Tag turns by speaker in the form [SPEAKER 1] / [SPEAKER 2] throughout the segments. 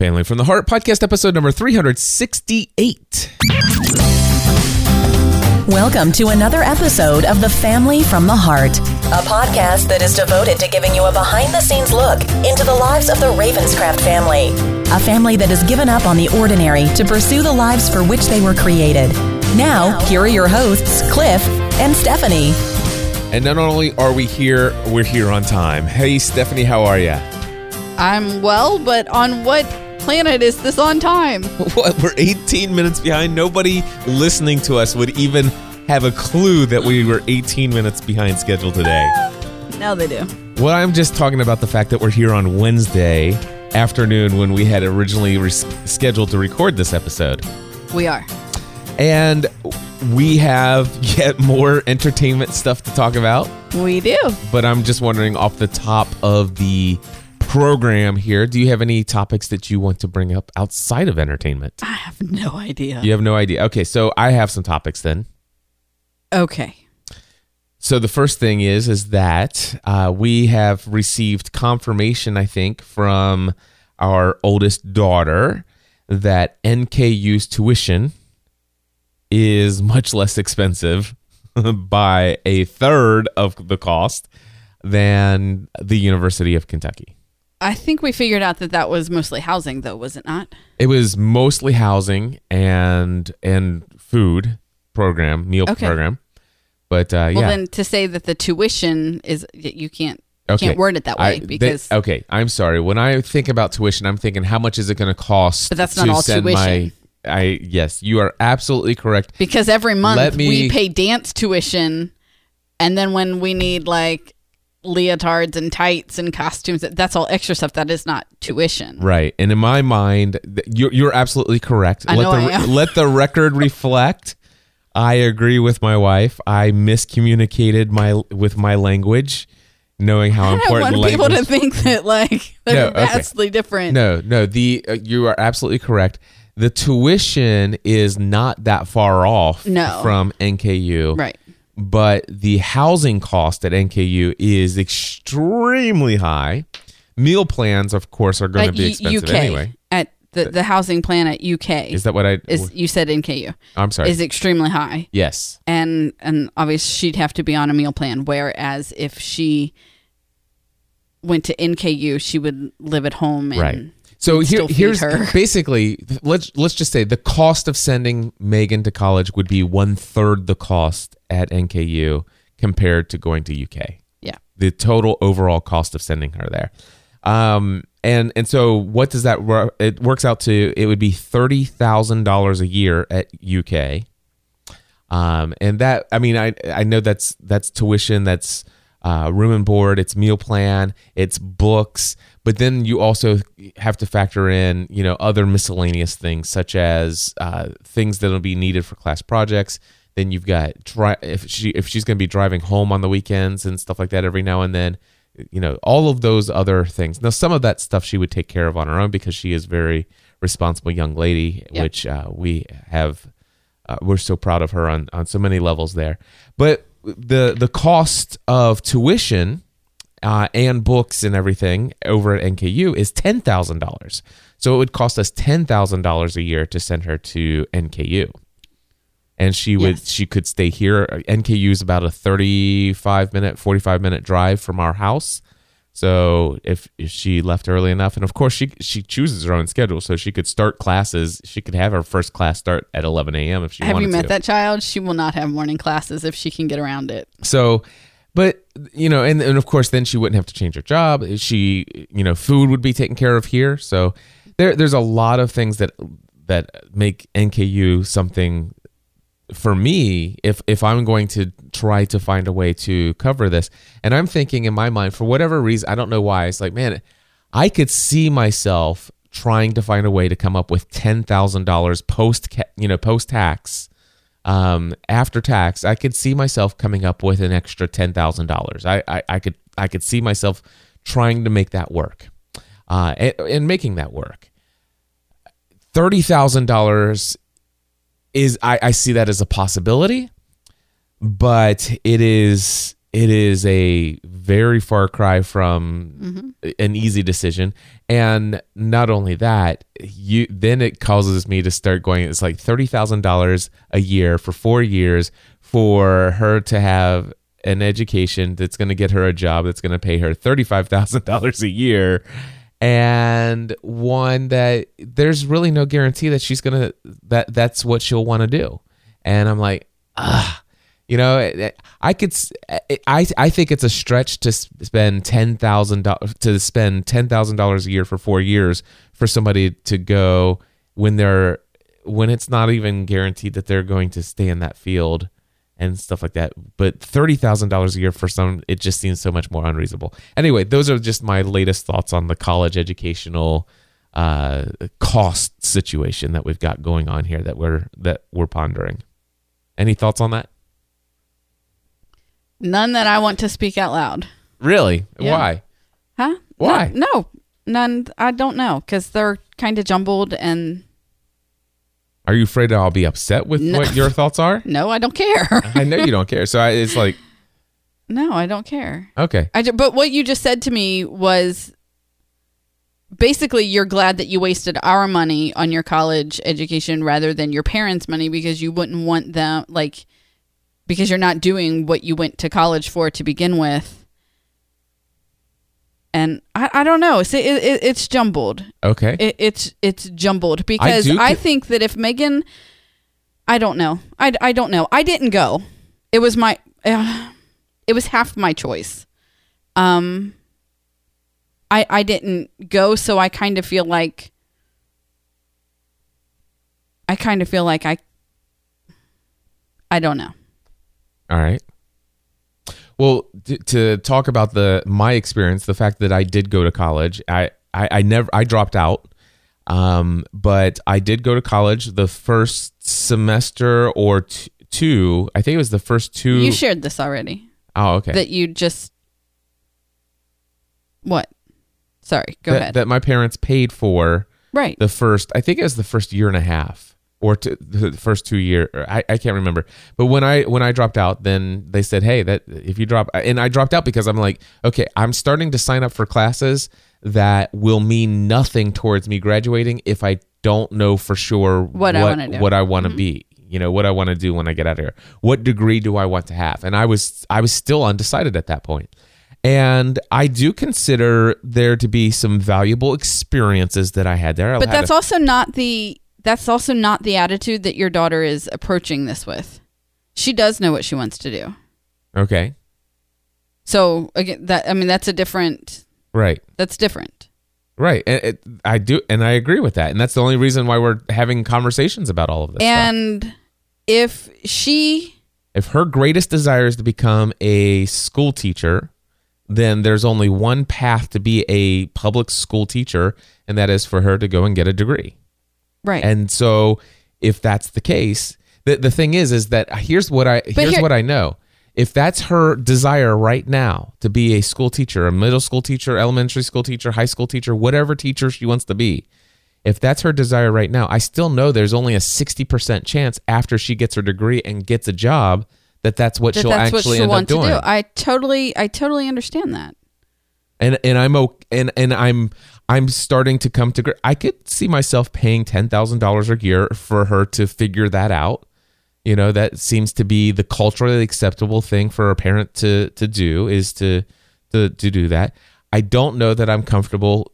[SPEAKER 1] Family from the Heart podcast episode number 368.
[SPEAKER 2] Welcome to another episode of The Family from the Heart, a podcast that is devoted to giving you a behind the scenes look into the lives of the Ravenscraft family, a family that has given up on the ordinary to pursue the lives for which they were created. Now, here are your hosts, Cliff and Stephanie.
[SPEAKER 1] And not only are we here, we're here on time. Hey, Stephanie, how are you?
[SPEAKER 3] I'm well, but on what planet is this on time?
[SPEAKER 1] What? We're 18 minutes behind. Nobody listening to us would even have a clue that we were 18 minutes behind schedule today.
[SPEAKER 3] No, they do.
[SPEAKER 1] Well, I'm just talking about the fact that we're here on Wednesday afternoon when we had originally res- scheduled to record this episode.
[SPEAKER 3] We are.
[SPEAKER 1] And we have yet more entertainment stuff to talk about.
[SPEAKER 3] We do.
[SPEAKER 1] but I'm just wondering off the top of the program here, do you have any topics that you want to bring up outside of entertainment?
[SPEAKER 3] I have no idea.
[SPEAKER 1] You have no idea. Okay, so I have some topics then.
[SPEAKER 3] Okay.
[SPEAKER 1] So the first thing is is that uh, we have received confirmation, I think, from our oldest daughter that NKU's tuition is much less expensive by a third of the cost than the University of Kentucky.
[SPEAKER 3] I think we figured out that that was mostly housing, though, was it not?
[SPEAKER 1] It was mostly housing and and food program, meal
[SPEAKER 3] Okay.
[SPEAKER 1] program. But uh,
[SPEAKER 3] Well,
[SPEAKER 1] yeah,
[SPEAKER 3] then to say that the tuition is, y- you can't. Can't word it that
[SPEAKER 1] I- uh,
[SPEAKER 3] way because
[SPEAKER 1] they- okay, I'm sorry. When I think about tuition, I'm thinking how much is it going to cost?
[SPEAKER 3] But that's not
[SPEAKER 1] to
[SPEAKER 3] all
[SPEAKER 1] send
[SPEAKER 3] tuition.
[SPEAKER 1] My, I yes, you are absolutely correct.
[SPEAKER 3] because every
[SPEAKER 1] Let
[SPEAKER 3] month
[SPEAKER 1] me-
[SPEAKER 3] we pay dance tuition, and then when we need like leotards and tights and costumes, that- that's all extra stuff. That is not tuition.
[SPEAKER 1] Right, and in my mind, th- you're you're absolutely correct.
[SPEAKER 3] I
[SPEAKER 1] let
[SPEAKER 3] know
[SPEAKER 1] the
[SPEAKER 3] I
[SPEAKER 1] re-
[SPEAKER 3] am.
[SPEAKER 1] let the record reflect. I agree with my wife. I miscommunicated my with my language, knowing how
[SPEAKER 3] I don't
[SPEAKER 1] important
[SPEAKER 3] want
[SPEAKER 1] language.
[SPEAKER 3] people to think that like
[SPEAKER 1] No,
[SPEAKER 3] they're
[SPEAKER 1] okay.
[SPEAKER 3] vastly different.
[SPEAKER 1] No, no. The uh, you are absolutely correct. The tuition is not that far off
[SPEAKER 3] No.
[SPEAKER 1] from NKU.
[SPEAKER 3] Right.
[SPEAKER 1] But the housing cost at NKU is extremely high. Meal plans, of course, are going to
[SPEAKER 3] At
[SPEAKER 1] be
[SPEAKER 3] U-
[SPEAKER 1] expensive
[SPEAKER 3] UK
[SPEAKER 1] anyway.
[SPEAKER 3] at the, the housing plan at UK
[SPEAKER 1] Is that Oh, what I? oh,
[SPEAKER 3] is you said in KU
[SPEAKER 1] I'm sorry.
[SPEAKER 3] is extremely high
[SPEAKER 1] yes.
[SPEAKER 3] and and obviously she'd have to be on a meal plan whereas if she went to NKU she would live at home and
[SPEAKER 1] Right. So
[SPEAKER 3] we'd
[SPEAKER 1] here,
[SPEAKER 3] still feed
[SPEAKER 1] here's
[SPEAKER 3] her.
[SPEAKER 1] basically let's let's just say the cost of sending Megan to college would be one third the cost at NKU compared to going to UK.
[SPEAKER 3] yeah
[SPEAKER 1] the total overall cost of sending her there. Um, and and so what does that wor- it works out to? It would be thirty thousand dollars a year at UK. Um, and that I mean I I know that's that's tuition, that's uh, room and board, it's meal plan, it's books, but then you also have to factor in you know other miscellaneous things such as uh, things that'll be needed for class projects. Then you've got dri- if she if she's going to be driving home on the weekends and stuff like that every now and then, you know all of those other things. Now some of that stuff she would take care of on her own because she is a very responsible young lady,
[SPEAKER 3] Yeah.
[SPEAKER 1] which uh, we have uh, we're so proud of her on, on so many levels there. But the the cost of tuition uh, and books and everything over at NKU is ten thousand dollars. So it would cost us ten thousand dollars a year to send her to NKU, and she would
[SPEAKER 3] Yes.
[SPEAKER 1] she could stay here. NKU is about a thirty five minute, forty five minute drive from our house. So if, if she left early enough, and of course she she chooses her own schedule, so she could start classes. She could have her first class start at eleven a.m. if she
[SPEAKER 3] have
[SPEAKER 1] wanted
[SPEAKER 3] you met
[SPEAKER 1] to.
[SPEAKER 3] that child she will not have morning classes if she can get around it
[SPEAKER 1] So, but you know, and, and of course, then she wouldn't have to change her job. She, you know, food would be taken care of here. So there, there's a lot of things that that make NKU something for me if if I'm going to try to find a way to cover this. And I'm thinking in my mind, for whatever reason, I don't know why, it's like, man, I could see myself trying to find a way to come up with ten thousand dollars post ca- you know post tax um, after tax, I could see myself coming up with an extra ten thousand dollars. I, I I could I could see myself trying to make that work, uh, and, and making that work. Thirty thousand dollars is I, I see that as a possibility, but it is it it is a very far cry from an easy decision and not only that you then it causes me to start going it's like $30,000 a year for 4 years for her to have an education that's going to get her a job that's going to pay her $35,000 a year and one that there's really no guarantee that she's going to that that's what she'll want to do and i'm like ah you know, it- it- I could. s- it- I I think it's a stretch to s- spend ten thousand dollars to spend ten thousand dollars a year for four years for somebody to go when they're when it's not even guaranteed that they're going to stay in that field and stuff like that. But thirty thousand dollars a year for some, it just seems so much more unreasonable. Anyway, those are just my latest thoughts on the college educational uh, cost situation that we've got going on here that we're that we're pondering. Any thoughts on that?
[SPEAKER 3] None that I want to speak out loud.
[SPEAKER 1] Really?
[SPEAKER 3] Yeah.
[SPEAKER 1] Why?
[SPEAKER 3] Huh?
[SPEAKER 1] Why?
[SPEAKER 3] No, no, none. I don't know because they're kind of jumbled and
[SPEAKER 1] Are you afraid I'll be upset with
[SPEAKER 3] No.
[SPEAKER 1] what your thoughts are?
[SPEAKER 3] no, I don't care.
[SPEAKER 1] I know you don't care. So I, it's like,
[SPEAKER 3] no, I don't care.
[SPEAKER 1] okay.
[SPEAKER 3] I ju- but what you just said to me was basically you're glad that you wasted our money on your college education rather than your parents' money because you wouldn't want them like because you're not doing what you went to college for to begin with. And I, I don't know. See, it, it, it's jumbled.
[SPEAKER 1] Okay.
[SPEAKER 3] It, it's it's jumbled because
[SPEAKER 1] do
[SPEAKER 3] I,
[SPEAKER 1] c-
[SPEAKER 3] think that if Megan, I don't know, I, I don't know. I didn't go. It was my, uh, it was half my choice. Um, I I didn't go, so I kind of feel like, I kind of feel like I, I don't know.
[SPEAKER 1] All right. Well, t- to talk about the my experience, the fact that I did go to college, I I, I never I dropped out, um, but I did go to college the first semester or t- two. I think it was the first two
[SPEAKER 3] You shared this already
[SPEAKER 1] oh, okay.
[SPEAKER 3] that you just what? Sorry, go
[SPEAKER 1] that,
[SPEAKER 3] ahead.
[SPEAKER 1] that my parents paid for.
[SPEAKER 3] right.
[SPEAKER 1] the first i think it was the first year and a half or to, the first two year or I, I can't remember but when i when i dropped out then they said hey that if you drop and i dropped out because i'm like okay i'm starting to sign up for classes that will mean nothing towards me graduating if i don't know for sure
[SPEAKER 3] What I wanna do.
[SPEAKER 1] what I
[SPEAKER 3] Mm-hmm.
[SPEAKER 1] want to be. You know, what I want to do when I get out of here. What degree do I want to have? And I was I was still undecided at that point. And I do consider there to be some valuable experiences that I had there. I
[SPEAKER 3] but
[SPEAKER 1] had
[SPEAKER 3] that's
[SPEAKER 1] a-
[SPEAKER 3] also not the that's also not the attitude that your daughter is approaching this with she does know what she wants to do
[SPEAKER 1] okay.
[SPEAKER 3] so again that i mean that's a different
[SPEAKER 1] Right.
[SPEAKER 3] that's different
[SPEAKER 1] Right. And it, I do and I agree with that. And that's the only reason why we're having conversations about all of this. stuff.
[SPEAKER 3] and if she
[SPEAKER 1] If her greatest desire is to become a school teacher, then there's only one path to be a public school teacher, and that is for her to go and get a degree.
[SPEAKER 3] right
[SPEAKER 1] And so, if that's the case, the the thing is, is that here's what I here's
[SPEAKER 3] here-
[SPEAKER 1] what I know. If that's her desire right now to be a school teacher, a middle school teacher, elementary school teacher, high school teacher, whatever teacher she wants to be, if that's her desire right now, I still know there's only a 60% chance after she gets her degree and gets a job that that's what
[SPEAKER 3] that
[SPEAKER 1] she'll
[SPEAKER 3] that's what
[SPEAKER 1] actually
[SPEAKER 3] she'll
[SPEAKER 1] end up
[SPEAKER 3] want to
[SPEAKER 1] doing.
[SPEAKER 3] do i totally i totally understand that
[SPEAKER 1] and and I'm okay, and and I'm I'm starting to come to gr- I could see myself paying ten thousand dollars a year for her to figure that out. You know that seems to be the culturally acceptable thing for a parent to to do is to to to do that. I don't know that I'm comfortable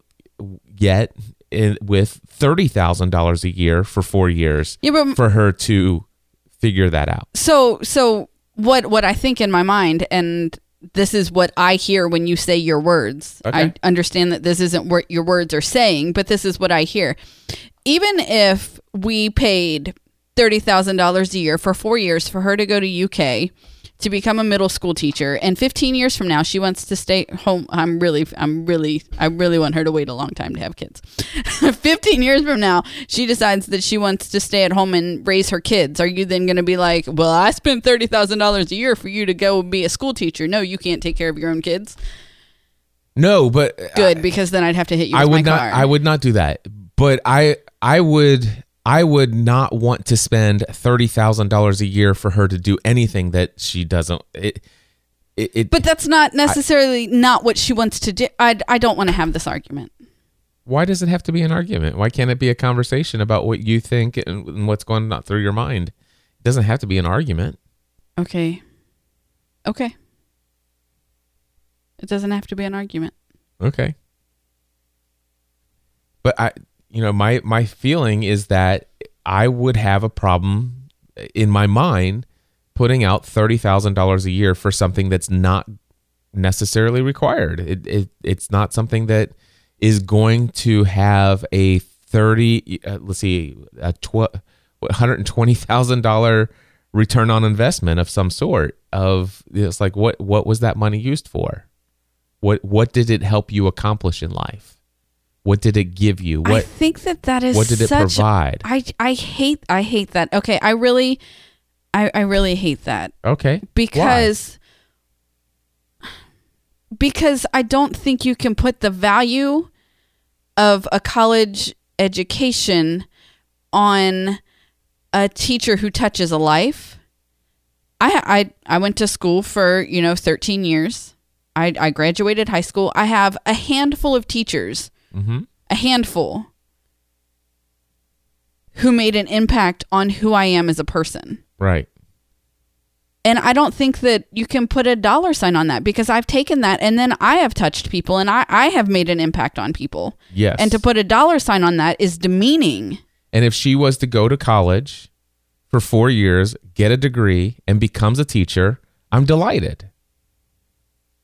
[SPEAKER 1] yet in, with thirty thousand dollars a year for four years
[SPEAKER 3] yeah but
[SPEAKER 1] for her to figure that out.
[SPEAKER 3] so so what what i think in my mind and this is what i hear when you say your words i
[SPEAKER 1] Okay.
[SPEAKER 3] understand that this isn't what your words are saying but this is what i hear even if we paid $30000 a year for four years for her to go to uk to become a middle school teacher and 15 years from now she wants to stay home i'm really i'm really i really want her to wait a long time to have kids 15 years from now she decides that she wants to stay at home and raise her kids are you then going to be like well i spent $30000 a year for you to go be a school teacher no you can't take care of your own kids
[SPEAKER 1] No, but
[SPEAKER 3] good because then i'd have to hit you with
[SPEAKER 1] I would
[SPEAKER 3] my
[SPEAKER 1] not.
[SPEAKER 3] car
[SPEAKER 1] I would not do that. But I, I would, I would not want to spend thirty thousand dollars a year for her to do anything that she doesn't. It, It, it,
[SPEAKER 3] But that's not necessarily not what she wants to do. I, I don't want to have this argument.
[SPEAKER 1] why does it have to be an argument? Why can't it be a conversation about what you think and, and what's going on through your mind? It doesn't have to be an argument.
[SPEAKER 3] Okay. Okay. It doesn't have to be an argument.
[SPEAKER 1] Okay. But I, you know, my my feeling is that I would have a problem uh, in my mind putting out thirty thousand dollars a year for something that's not necessarily required. It, it it's not something that is going to have a thirty. Uh, let's see, a tw- one hundred and twenty thousand dollar return on investment of some sort. Of it's like what what was that money used for? What what did it help you accomplish in life? What did it give you?
[SPEAKER 3] I
[SPEAKER 1] What
[SPEAKER 3] think that that is
[SPEAKER 1] what did it
[SPEAKER 3] such-
[SPEAKER 1] provide?
[SPEAKER 3] I I hate I hate that. Okay, I really I I really hate that
[SPEAKER 1] okay. Why?
[SPEAKER 3] because because I don't think you can put the value of a college education on a teacher who touches a life. I I I went to school for, you know, 13 years. I I graduated high school. I have a handful of teachers
[SPEAKER 1] Mhm.
[SPEAKER 3] a handful who made an impact on who I am as a person.
[SPEAKER 1] right.
[SPEAKER 3] And I don't think that you can put a dollar sign on that because I've taken that and then I have touched people and I, I have made an impact on people.
[SPEAKER 1] Yes.
[SPEAKER 3] And to put a dollar sign on that is demeaning.
[SPEAKER 1] And if she was to go to college for four years, get a degree, and becomes a teacher, I'm delighted.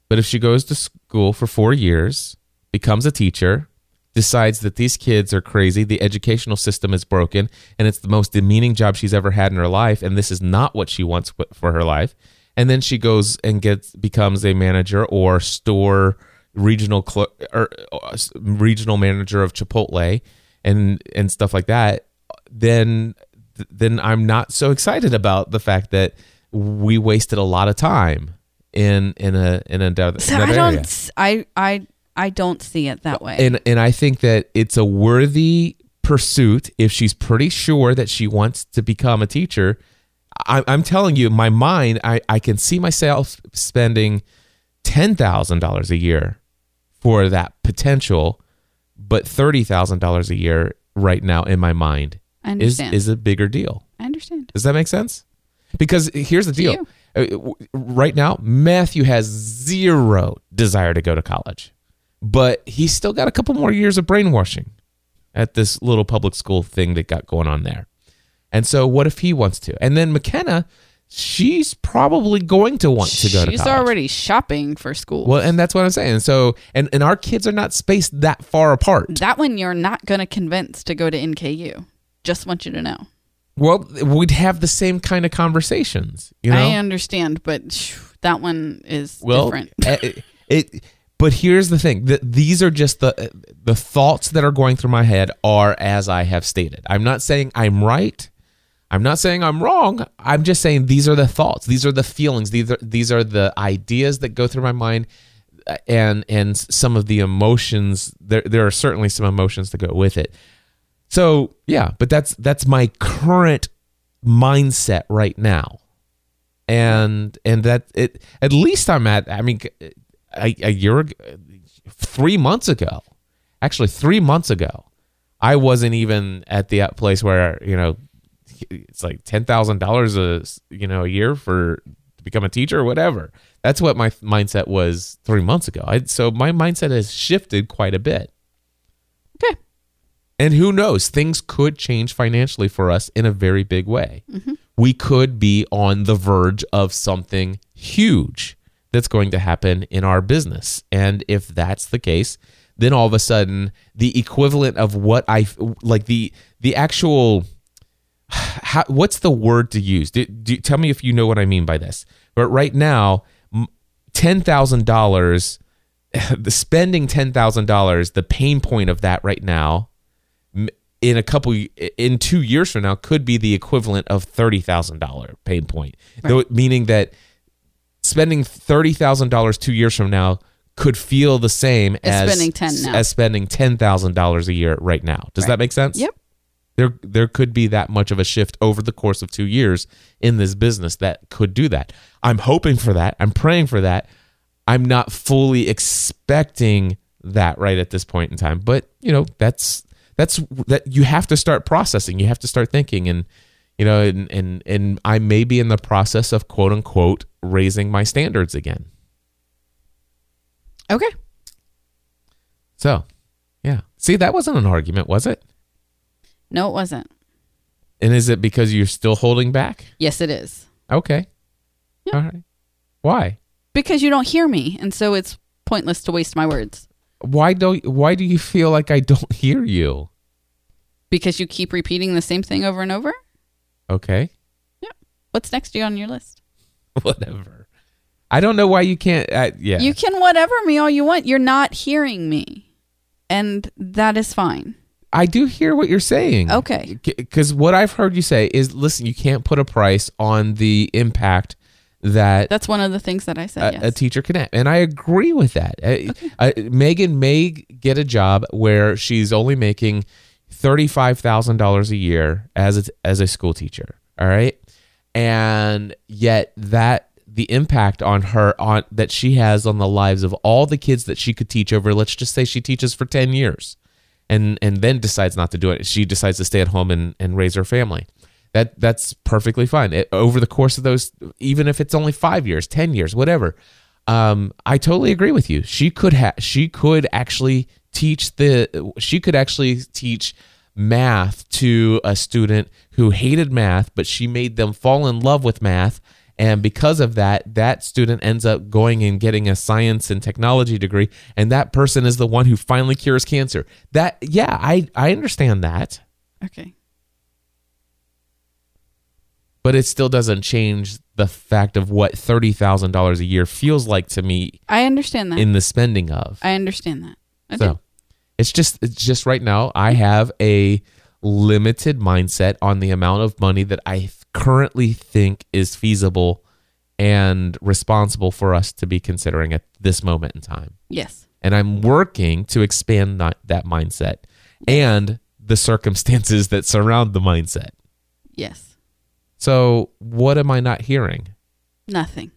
[SPEAKER 1] But if she goes to school for four years, becomes a teacher, decides that these kids are crazy, the educational system is broken, and it's the most demeaning job she's ever had in her life, and this is not what she wants wi- for her life, and then she goes and gets becomes a manager or store regional cl- or uh, s- regional manager of Chipotle and and stuff like that, then then I'm not so excited about the fact that we wasted a lot of time in in a in another,
[SPEAKER 3] So
[SPEAKER 1] another
[SPEAKER 3] I don't
[SPEAKER 1] area.
[SPEAKER 3] s- I I I don't see it that way.
[SPEAKER 1] And and I think that it's a worthy pursuit if she's pretty sure that she wants to become a teacher. I, I'm telling you, in my mind, I, I can see myself spending ten thousand dollars a year for that potential, but thirty thousand dollars a year right now in my mind
[SPEAKER 3] I
[SPEAKER 1] is
[SPEAKER 3] understand.
[SPEAKER 1] is a bigger deal.
[SPEAKER 3] I understand.
[SPEAKER 1] Does that make sense? Because here's the deal.
[SPEAKER 3] you.
[SPEAKER 1] Uh, w- Right now, Matthew has zero desire to go to college, but he's still got a couple more years of brainwashing at this little public school thing that got going on there. And so, what if he wants to? And then McKenna, she's probably going to want to go to
[SPEAKER 3] She's
[SPEAKER 1] college.
[SPEAKER 3] already shopping for school.
[SPEAKER 1] well, and that's what I'm saying. So, and and our kids are not spaced that far apart.
[SPEAKER 3] That one you're not going to convince to go to NKU. Just want you to know.
[SPEAKER 1] Well, we'd have the same kind of conversations. You know,
[SPEAKER 3] I understand, but sh- that one is different.
[SPEAKER 1] eh, it, it- but here's the thing: that these are just the the thoughts that are going through my head are as I have stated. I'm not saying I'm right. I'm not saying I'm wrong. I'm just saying these are the thoughts. These are the feelings. These are these are the ideas that go through my mind, uh, and and some of the emotions. There there are certainly some emotions that go with it. So yeah, but that's that's my current mindset right now and and that it at least I'm at I mean a, a year ago, three months ago actually three months ago I wasn't even at the place where you know it's like ten thousand dollars a you know a year for to become a teacher or whatever that's what my mindset was three months ago I, so my mindset has shifted quite a bit
[SPEAKER 3] Okay.
[SPEAKER 1] and who knows things could change financially for us in a very big way we could be on the verge of something huge that's going to happen in our business. And if that's the case, then all of a sudden the equivalent of what I like the the actual how, what's the word to use? Do, do, tell me if you know what I mean by this. But right now, m- ten thousand dollars, the spending ten thousand dollars, the pain point of that right now in a couple in two years from now could be the equivalent of thirty thousand dollar pain point. Though, meaning that spending thirty thousand dollars two years from now could feel the same
[SPEAKER 3] As
[SPEAKER 1] as
[SPEAKER 3] spending 10 now.
[SPEAKER 1] as spending ten thousand dollars a year right now. Does that make sense?
[SPEAKER 3] Yep.
[SPEAKER 1] There there could be that much of a shift over the course of 2 years in this business that could do that. I'm hoping for that. I'm praying for that. I'm not fully expecting that right at this point in time, but you know, that's that's that you have to start processing. You have to start thinking and you know, and and and I may be in the process of quote unquote raising my standards again.
[SPEAKER 3] Okay.
[SPEAKER 1] So, yeah. See, that wasn't an argument, was it?
[SPEAKER 3] No, it wasn't.
[SPEAKER 1] And is it because you're still holding back?
[SPEAKER 3] Yes, it is.
[SPEAKER 1] Okay.
[SPEAKER 3] Yeah.
[SPEAKER 1] All right. Why?
[SPEAKER 3] Because you don't hear me, and so it's pointless to waste my words.
[SPEAKER 1] Why don't why do you feel like I don't hear you?
[SPEAKER 3] Because you keep repeating the same thing over and over?
[SPEAKER 1] Okay.
[SPEAKER 3] Yep. What's next to you on your list?
[SPEAKER 1] Whatever. I don't know why you can't I, yeah.
[SPEAKER 3] You can whatever me all you want. You're not hearing me. And that is fine.
[SPEAKER 1] I do hear what you're saying.
[SPEAKER 3] Okay.
[SPEAKER 1] Cuz what I've heard you say is listen, you can't put a price on the impact that
[SPEAKER 3] That's one of the things that I said.
[SPEAKER 1] a,
[SPEAKER 3] yes.
[SPEAKER 1] a teacher can have. And I agree with that. I- I- Megan may get a job where she's only making $35,000 a year as a, as a school teacher. All right. And yet that the impact on her on that she has on the lives of all the kids that she could teach over let's just say she teaches for 10 years and and then decides not to do it. She decides to stay at home and, and raise her family. That that's perfectly fine. It- over the course of those, even if it's only five years, ten years, whatever, um, I totally agree with you. She could ha- she could actually teach the she could actually teach math to a student who hated math, but she made them fall in love with math. And because of that, that student ends up going and getting a science and technology degree, and that person is the one who finally cures cancer. That yeah, I I understand that,
[SPEAKER 3] okay.
[SPEAKER 1] but it still doesn't change the fact of what thirty thousand dollars a year feels like to me
[SPEAKER 3] I understand that.
[SPEAKER 1] in the spending of.
[SPEAKER 3] I understand that. I do.
[SPEAKER 1] So it's just it's just right now I have a limited mindset on the amount of money that I currently think is feasible and responsible for us to be considering at this moment in time.
[SPEAKER 3] Yes.
[SPEAKER 1] And I'm working to expand that, that mindset and the circumstances that surround the mindset.
[SPEAKER 3] Yes.
[SPEAKER 1] So, what am I not hearing?
[SPEAKER 3] Nothing.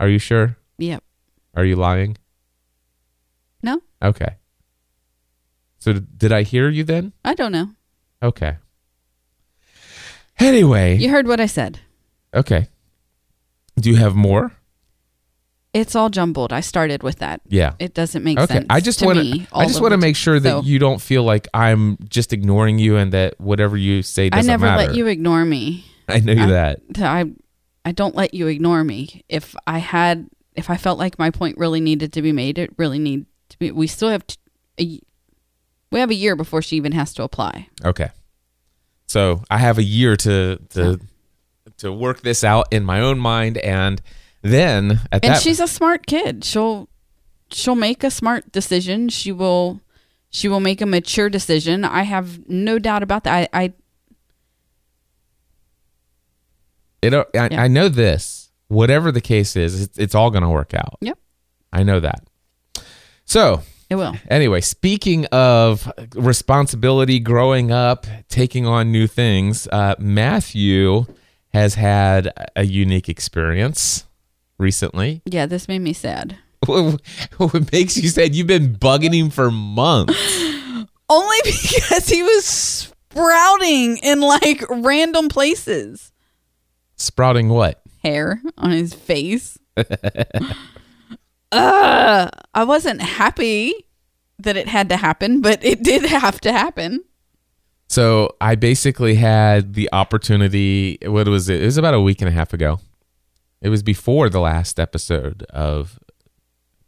[SPEAKER 1] Are you sure?
[SPEAKER 3] Yep.
[SPEAKER 1] Are you lying?
[SPEAKER 3] No,
[SPEAKER 1] Okay. So, did I hear you then?
[SPEAKER 3] I don't know.
[SPEAKER 1] Okay. Anyway,
[SPEAKER 3] You heard what I said.
[SPEAKER 1] okay. Do you have more?
[SPEAKER 3] It's all jumbled. I started with that.
[SPEAKER 1] Yeah.
[SPEAKER 3] It doesn't make
[SPEAKER 1] Okay.
[SPEAKER 3] sense.
[SPEAKER 1] I just
[SPEAKER 3] to
[SPEAKER 1] want
[SPEAKER 3] me
[SPEAKER 1] to. I
[SPEAKER 3] all
[SPEAKER 1] just
[SPEAKER 3] of
[SPEAKER 1] want to
[SPEAKER 3] it.
[SPEAKER 1] make sure that
[SPEAKER 3] So,
[SPEAKER 1] you don't feel like I'm just ignoring you and that whatever you say
[SPEAKER 3] I
[SPEAKER 1] doesn't
[SPEAKER 3] never
[SPEAKER 1] matter.
[SPEAKER 3] let you ignore me.
[SPEAKER 1] I knew
[SPEAKER 3] I-
[SPEAKER 1] that.
[SPEAKER 3] I I don't let you ignore me. If I had if I felt like my point really needed to be made, it really need to be we still have t a y we have a year before she even has to apply.
[SPEAKER 1] Okay. So I have a year to to to work this out in my own mind, and then at
[SPEAKER 3] And
[SPEAKER 1] that
[SPEAKER 3] she's a smart kid. She'll she'll make a smart decision. She will she will make a mature decision. I have no doubt about that. I, I
[SPEAKER 1] it, uh, I,
[SPEAKER 3] Yeah.
[SPEAKER 1] I know this. Whatever the case is, it's, it's all going to work out.
[SPEAKER 3] Yep.
[SPEAKER 1] I know that. So
[SPEAKER 3] it will.
[SPEAKER 1] anyway, speaking of responsibility, growing up, taking on new things, uh, Matthew has had a unique experience recently.
[SPEAKER 3] Yeah, this made me sad.
[SPEAKER 1] what makes you sad? You've been bugging him for months.
[SPEAKER 3] Only because he was sprouting in like random places.
[SPEAKER 1] Sprouting what?
[SPEAKER 3] Hair on his face. Ugh, I wasn't happy that it had to happen, but it did have to happen.
[SPEAKER 1] So I basically had the opportunity. What was it? It was about a week and a half ago. It was before the last episode of.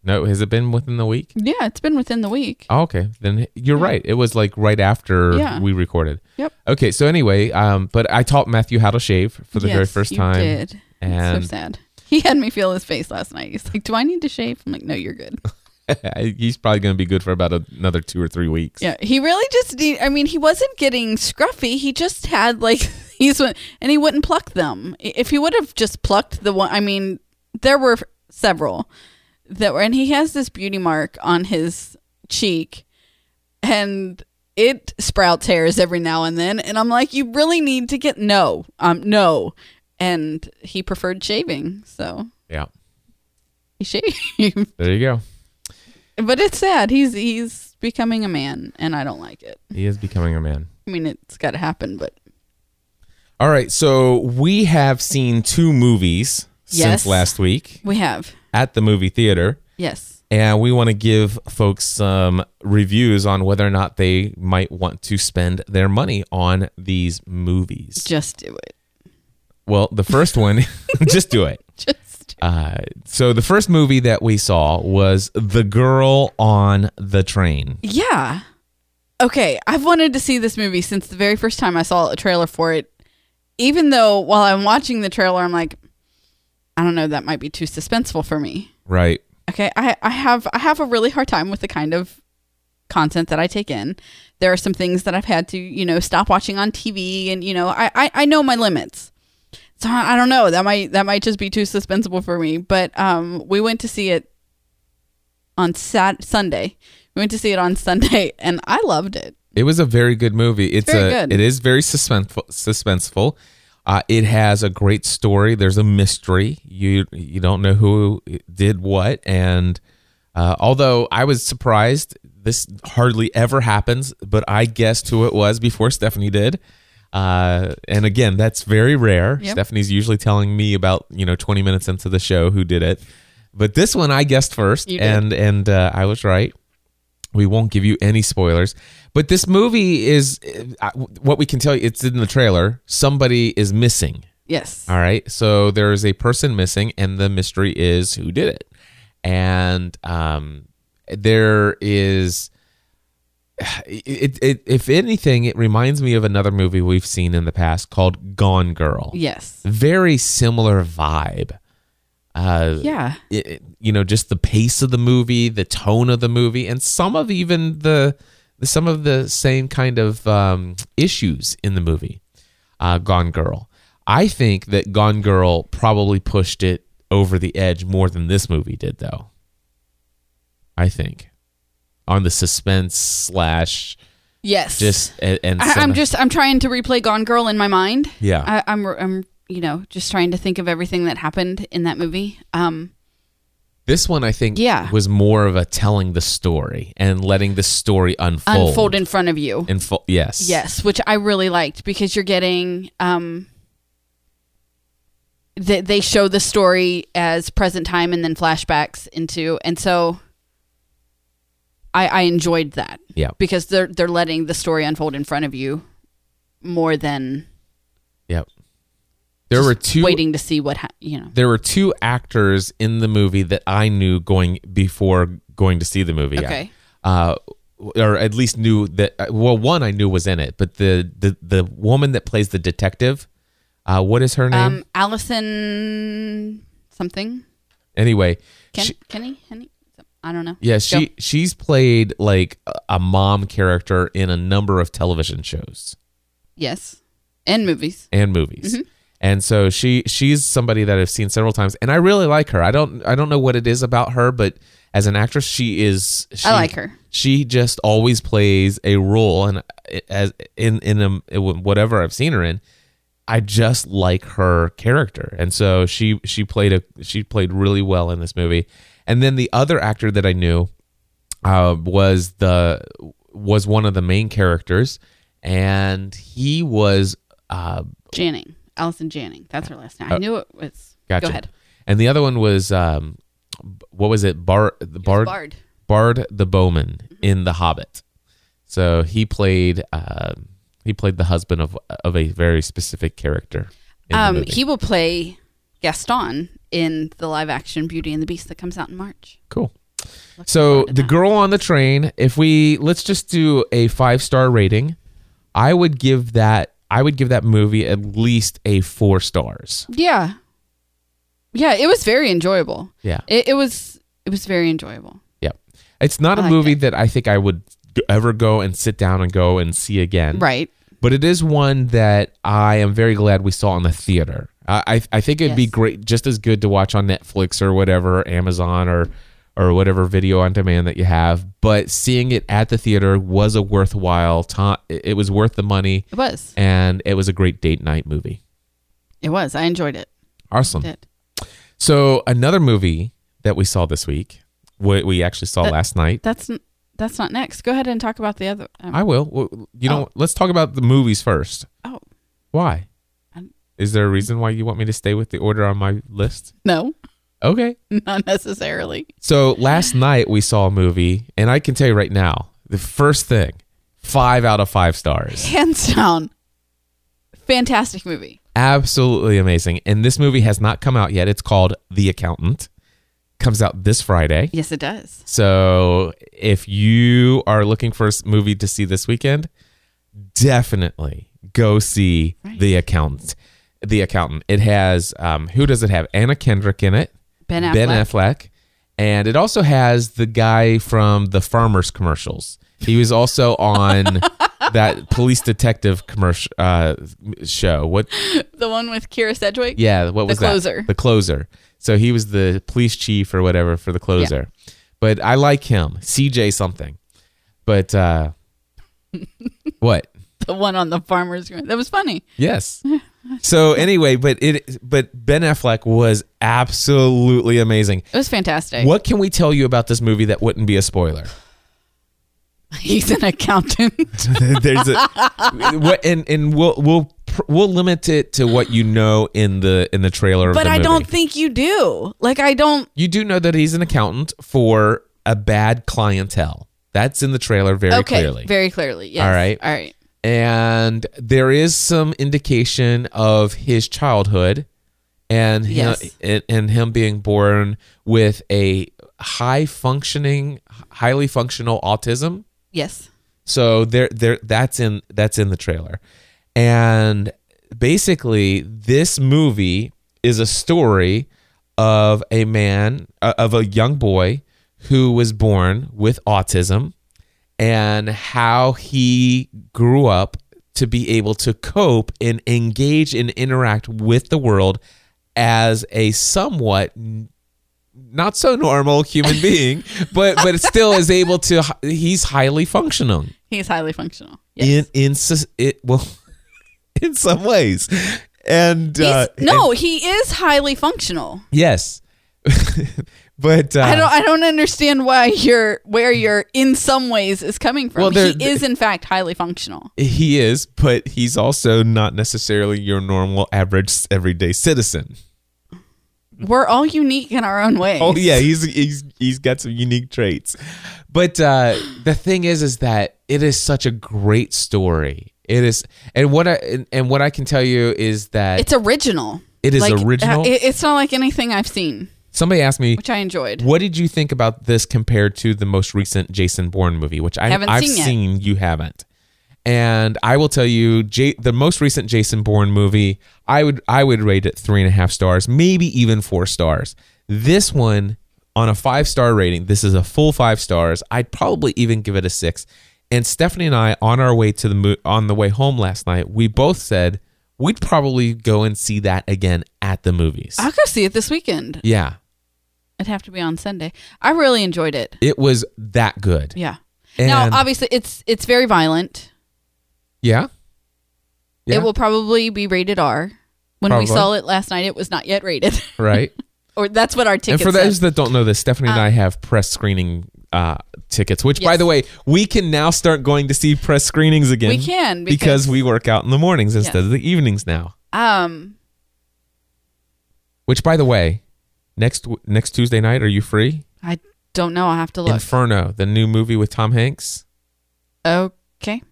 [SPEAKER 1] No, has it been within the week?
[SPEAKER 3] Yeah, it's been within the week.
[SPEAKER 1] Oh, okay, then you're right. It was like right after
[SPEAKER 3] Yeah.
[SPEAKER 1] we recorded.
[SPEAKER 3] Yep.
[SPEAKER 1] Okay, so anyway, um, but I taught Matthew how to shave for the very
[SPEAKER 3] Yes,
[SPEAKER 1] first
[SPEAKER 3] you
[SPEAKER 1] time.
[SPEAKER 3] did.
[SPEAKER 1] and-
[SPEAKER 3] it's so sad. He had me feel his face last night. He's like, "Do I need to shave?" I'm like, "No, you're good."
[SPEAKER 1] He's probably going to be good for about another two or three weeks.
[SPEAKER 3] Yeah, he really just need. I mean, he wasn't getting scruffy. He just had like he's and he wouldn't pluck them. I- If he would have just plucked the one, I mean, there were several that were, and he has this beauty mark on his cheek, and it sprouts hairs every now and then and i'm like you really need to get no um no and he preferred shaving so
[SPEAKER 1] Yeah.
[SPEAKER 3] he shaved
[SPEAKER 1] There you go.
[SPEAKER 3] but it's sad he's he's becoming a man and i don't like it
[SPEAKER 1] He is becoming a man.
[SPEAKER 3] i mean it's got to happen but
[SPEAKER 1] All right. So we have seen two movies
[SPEAKER 3] Yes.
[SPEAKER 1] since last week
[SPEAKER 3] we have
[SPEAKER 1] at the movie theater.
[SPEAKER 3] yes
[SPEAKER 1] And we want to give folks some reviews on whether or not they might want to spend their money on these movies.
[SPEAKER 3] just do it
[SPEAKER 1] Well, the first one, just do it.
[SPEAKER 3] just
[SPEAKER 1] Uh, so the first movie that we saw was The Girl on the Train.
[SPEAKER 3] yeah okay i've wanted to see this movie since the very first time i saw a trailer for it even though while i'm watching the trailer i'm like i don't know that might be too suspenseful for me
[SPEAKER 1] Right.
[SPEAKER 3] okay I, I have i have a really hard time with the kind of content that i take in there are some things that i've had to you know stop watching on tv and you know i i, I know my limits so I, I don't know that might that might just be too suspensible for me but um we went to see it on sat sunday we went to see it on sunday and i loved it
[SPEAKER 1] It was a very good movie. It's a
[SPEAKER 3] very good.
[SPEAKER 1] it is very suspenseful. Suspenseful. Uh, it has a great story. There's a mystery. You you don't know who did what, and uh, although I was surprised, this hardly ever happens. But I guessed who it was before Stephanie did. Uh, and again, that's very rare.
[SPEAKER 3] Yep.
[SPEAKER 1] Stephanie's usually telling me about you know 20 minutes into the show who did it, but this one I guessed first,
[SPEAKER 3] You did.
[SPEAKER 1] and and uh, I was right. We won't give you any spoilers, but this movie is uh, what we can tell you. It's in the trailer. Somebody is missing.
[SPEAKER 3] yes
[SPEAKER 1] All right, so there is a person missing, and the mystery is who did it. And um, there is, it, it, if anything, it reminds me of another movie we've seen in the past called Gone Girl.
[SPEAKER 3] yes
[SPEAKER 1] Very similar vibe. Uh,
[SPEAKER 3] yeah
[SPEAKER 1] it, it- you know just the pace of the movie the tone of the movie and some of even the some of the same kind of um, issues in the movie uh, gone girl i think that gone girl probably pushed it over the edge more than this movie did though i think on the suspense slash
[SPEAKER 3] yes
[SPEAKER 1] just and, and
[SPEAKER 3] I,
[SPEAKER 1] some-
[SPEAKER 3] I'm just I'm trying to replay Gone Girl in my mind.
[SPEAKER 1] Yeah.
[SPEAKER 3] I, I'm I'm you know just trying to think of everything that happened in that movie. Um,
[SPEAKER 1] this one i think
[SPEAKER 3] Yeah.
[SPEAKER 1] was more of a telling the story and letting the story unfold
[SPEAKER 3] unfold in front of you.
[SPEAKER 1] Unfold- yes
[SPEAKER 3] Yes, which I really liked because you're getting um. They they show the story as present time and then flashbacks into and so. I I enjoyed that.
[SPEAKER 1] Yeah.
[SPEAKER 3] Because they're they're letting the story unfold in front of you, more than
[SPEAKER 1] Yep. There were two
[SPEAKER 3] waiting to see what ha- you know.
[SPEAKER 1] there were two actors in the movie that I knew going before going to see the movie.
[SPEAKER 3] Okay.
[SPEAKER 1] Uh or at least knew that uh, well one I knew was in it, but the the the woman that plays the detective uh what is her name?
[SPEAKER 3] Um, Allison something.
[SPEAKER 1] anyway,
[SPEAKER 3] Ken,
[SPEAKER 1] she-
[SPEAKER 3] Kenny? Henny? I don't know.
[SPEAKER 1] yeah,
[SPEAKER 3] Go.
[SPEAKER 1] she she's played like a- a mom character in a number of television shows.
[SPEAKER 3] Yes. And movies. Mm-hmm.
[SPEAKER 1] and movies. And so she she's somebody that I've seen several times, and I really like her. I don't I don't know what it is about her, but as an actress, she is. She,
[SPEAKER 3] like her.
[SPEAKER 1] She just always plays a role, and as in in a, whatever I've seen her in, I just like her character, and so she she played a she played really well in this movie. And then the other actor that I knew uh, was the was one of the main characters, and he was. Uh,
[SPEAKER 3] Janning. Allison Janning. That's her last name. I knew it was.
[SPEAKER 1] Gotcha.
[SPEAKER 3] Go ahead.
[SPEAKER 1] And the other one was um, b- what was it? Bard the Bard,
[SPEAKER 3] Bard. Mm-hmm.
[SPEAKER 1] Bard the Bowman in The Hobbit. So he played um, he played the husband of of a very specific character. in the
[SPEAKER 3] Um,
[SPEAKER 1] movie.
[SPEAKER 3] he will play Gaston in the live action Beauty and the Beast that comes out in March.
[SPEAKER 1] cool. So the girl on the train. If we let's just do a five star rating, I would give that I would give that movie at least a four stars.
[SPEAKER 3] Yeah. Yeah, it was very enjoyable.
[SPEAKER 1] Yeah.
[SPEAKER 3] It, it was it was very enjoyable.
[SPEAKER 1] Yep. It's not
[SPEAKER 3] I
[SPEAKER 1] a
[SPEAKER 3] liked
[SPEAKER 1] movie that I think I would g- ever go and sit down and go and see again.
[SPEAKER 3] Right.
[SPEAKER 1] but it is one that I am very glad we saw in the theater. I I, I think it'd be
[SPEAKER 3] Yes.
[SPEAKER 1] great, just as good to watch on Netflix or whatever, Amazon or or whatever video on demand that you have. But seeing it at the theater was a worthwhile time. It was worth the money,
[SPEAKER 3] It was.
[SPEAKER 1] and it was a great date night movie.
[SPEAKER 3] It was. I enjoyed it.
[SPEAKER 1] Awesome.
[SPEAKER 3] Did.
[SPEAKER 1] So another movie that we saw this week, we, we actually saw
[SPEAKER 3] That-
[SPEAKER 1] last night.
[SPEAKER 3] That's n- that's not next. Go ahead and talk about the other. Um,
[SPEAKER 1] I will. Well, you know, let's talk about the movies first.
[SPEAKER 3] oh
[SPEAKER 1] Why?
[SPEAKER 3] I'm-
[SPEAKER 1] Is there a reason why you want me to stay with the order on my list?
[SPEAKER 3] no,
[SPEAKER 1] Okay.
[SPEAKER 3] not necessarily.
[SPEAKER 1] So last night we saw a movie, and I can tell you right now, the first thing, five out of five stars.
[SPEAKER 3] Hands down, fantastic movie.
[SPEAKER 1] Absolutely amazing. And this movie has not come out yet. It's called The Accountant. Comes out this Friday.
[SPEAKER 3] Yes, it does.
[SPEAKER 1] So if you are looking for a s- movie to see this weekend, definitely go see The Accountant. The Accountant. It has um, who does it have? Anna Kendrick in it.
[SPEAKER 3] Ben Affleck.
[SPEAKER 1] Ben Affleck. And it also has the guy from the farmers commercials. He was also on that police detective commercial uh, show. What?
[SPEAKER 3] The one with Kira Sedgwick.
[SPEAKER 1] Yeah, what was that?
[SPEAKER 3] closer.
[SPEAKER 1] The closer. So he was the police chief or whatever for the closer. But I like him, CJ something. But uh, what?
[SPEAKER 3] The one on the farmer's ground. That was funny.
[SPEAKER 1] Yes. So anyway, but it but Ben Affleck was absolutely amazing.
[SPEAKER 3] It was fantastic.
[SPEAKER 1] What can we tell you about this movie that wouldn't be a spoiler?
[SPEAKER 3] He's an accountant.
[SPEAKER 1] There's a what, and and we'll we'll pr- we'll limit it to what you know in the in the trailer. of
[SPEAKER 3] but
[SPEAKER 1] the
[SPEAKER 3] I don't
[SPEAKER 1] movie.
[SPEAKER 3] think you do. Like I don't
[SPEAKER 1] you do know that he's an accountant for a bad clientele. That's in the trailer very
[SPEAKER 3] okay,
[SPEAKER 1] clearly.
[SPEAKER 3] Very clearly. Yes.
[SPEAKER 1] All right.
[SPEAKER 3] All right.
[SPEAKER 1] and there is some indication of his childhood and him,
[SPEAKER 3] Yes.
[SPEAKER 1] and, and him being born with a high functioning highly functional autism.
[SPEAKER 3] Yes.
[SPEAKER 1] So there there that's in that's in the trailer. And basically this movie is a story of a man uh, of a young boy who was born with autism and how he grew up to be able to cope and engage and interact with the world as a somewhat not so normal human being but but still is able to he's highly functioning
[SPEAKER 3] He's highly functional. Yes.
[SPEAKER 1] in in sus- it, well in some ways and uh,
[SPEAKER 3] He's- no, he is highly functional.
[SPEAKER 1] yes but uh,
[SPEAKER 3] I don't. I don't understand why you're where you're in some ways is coming from.
[SPEAKER 1] Well, there-
[SPEAKER 3] he is in fact highly functional.
[SPEAKER 1] he is but he's also not necessarily your normal average everyday citizen
[SPEAKER 3] We're all unique in our own way.
[SPEAKER 1] oh yeah he's he's he's got some unique traits but uh the thing is is that it is such a great story it is and what i and, and what i can tell you is that
[SPEAKER 3] it's original.
[SPEAKER 1] It is
[SPEAKER 3] Like,
[SPEAKER 1] original?
[SPEAKER 3] uh, it- it's not like anything I've seen,
[SPEAKER 1] somebody asked me
[SPEAKER 3] which I enjoyed.
[SPEAKER 1] What did you think about this compared to the most recent Jason Bourne movie, which I
[SPEAKER 3] Haven't
[SPEAKER 1] I've
[SPEAKER 3] seen yet.
[SPEAKER 1] seen, you haven't? And I will tell you, J- the most recent Jason Bourne movie, I would I would rate it three and a half stars, maybe even four stars. This one on a five star rating, this is a full five stars. I'd probably even give it a six. And Stephanie and I, on our way to the mo- on the way home last night, we both said we'd probably go and see that again at the movies.
[SPEAKER 3] I'll go see it this weekend.
[SPEAKER 1] yeah,
[SPEAKER 3] It'd have to be on Sunday. I really enjoyed it.
[SPEAKER 1] it was that good.
[SPEAKER 3] Yeah.
[SPEAKER 1] And-
[SPEAKER 3] now, obviously, it's it's very violent.
[SPEAKER 1] Yeah. Yeah.
[SPEAKER 3] It will probably be rated R. When
[SPEAKER 1] Probably.
[SPEAKER 3] we saw it last night, it was not yet rated,
[SPEAKER 1] Right.
[SPEAKER 3] or that's what our
[SPEAKER 1] and
[SPEAKER 3] tickets.
[SPEAKER 1] for
[SPEAKER 3] said.
[SPEAKER 1] those that don't know this, Stephanie and I have press screening uh, tickets, which, by
[SPEAKER 3] Yes.
[SPEAKER 1] the way, we can now start going to see press screenings again.
[SPEAKER 3] We can,
[SPEAKER 1] because,
[SPEAKER 3] because-
[SPEAKER 1] we work out in the mornings instead
[SPEAKER 3] Yes.
[SPEAKER 1] of the evenings now.
[SPEAKER 3] um,
[SPEAKER 1] Which, by the way, next next Tuesday night, are you free?
[SPEAKER 3] I don't know. I'll have to look.
[SPEAKER 1] Inferno, the new movie with Tom Hanks.
[SPEAKER 3] okay.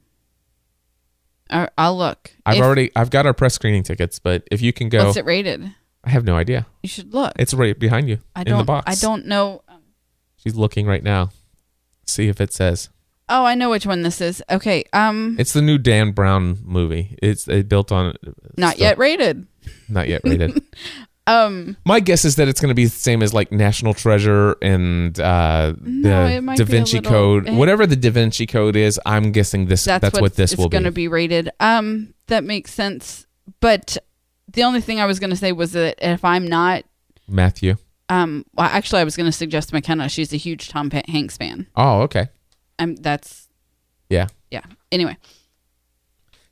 [SPEAKER 3] All right, I'll look.
[SPEAKER 1] I've
[SPEAKER 3] If-
[SPEAKER 1] already I've got our press screening tickets, but if you can go,
[SPEAKER 3] What's it rated?
[SPEAKER 1] I have no idea.
[SPEAKER 3] You should look.
[SPEAKER 1] It's right behind you
[SPEAKER 3] I
[SPEAKER 1] in
[SPEAKER 3] don't.
[SPEAKER 1] the box.
[SPEAKER 3] I don't know.
[SPEAKER 1] She's looking right now. See if it says.
[SPEAKER 3] Oh, I know which one this is. Okay. Um,
[SPEAKER 1] It's the new Dan Brown movie. It's it built on
[SPEAKER 3] not
[SPEAKER 1] still-
[SPEAKER 3] yet rated.
[SPEAKER 1] Not yet rated.
[SPEAKER 3] Um,
[SPEAKER 1] My guess is that it's going to be the same as like National Treasure and uh,
[SPEAKER 3] No,
[SPEAKER 1] the
[SPEAKER 3] it might
[SPEAKER 1] Da
[SPEAKER 3] be a
[SPEAKER 1] Vinci
[SPEAKER 3] little-
[SPEAKER 1] Code.
[SPEAKER 3] eh.
[SPEAKER 1] Whatever the Da Vinci Code is, I'm guessing this. That's,
[SPEAKER 3] that's,
[SPEAKER 1] what, this will
[SPEAKER 3] it's going
[SPEAKER 1] be.
[SPEAKER 3] to be rated. Um, that makes sense. But the only thing I was going to say was that if I'm not
[SPEAKER 1] Matthew.
[SPEAKER 3] Um, well, actually, I was going to suggest McKenna. She's a huge Tom Pa- Hanks fan.
[SPEAKER 1] Oh, okay.
[SPEAKER 3] Um, that's
[SPEAKER 1] Yeah.
[SPEAKER 3] yeah. Anyway,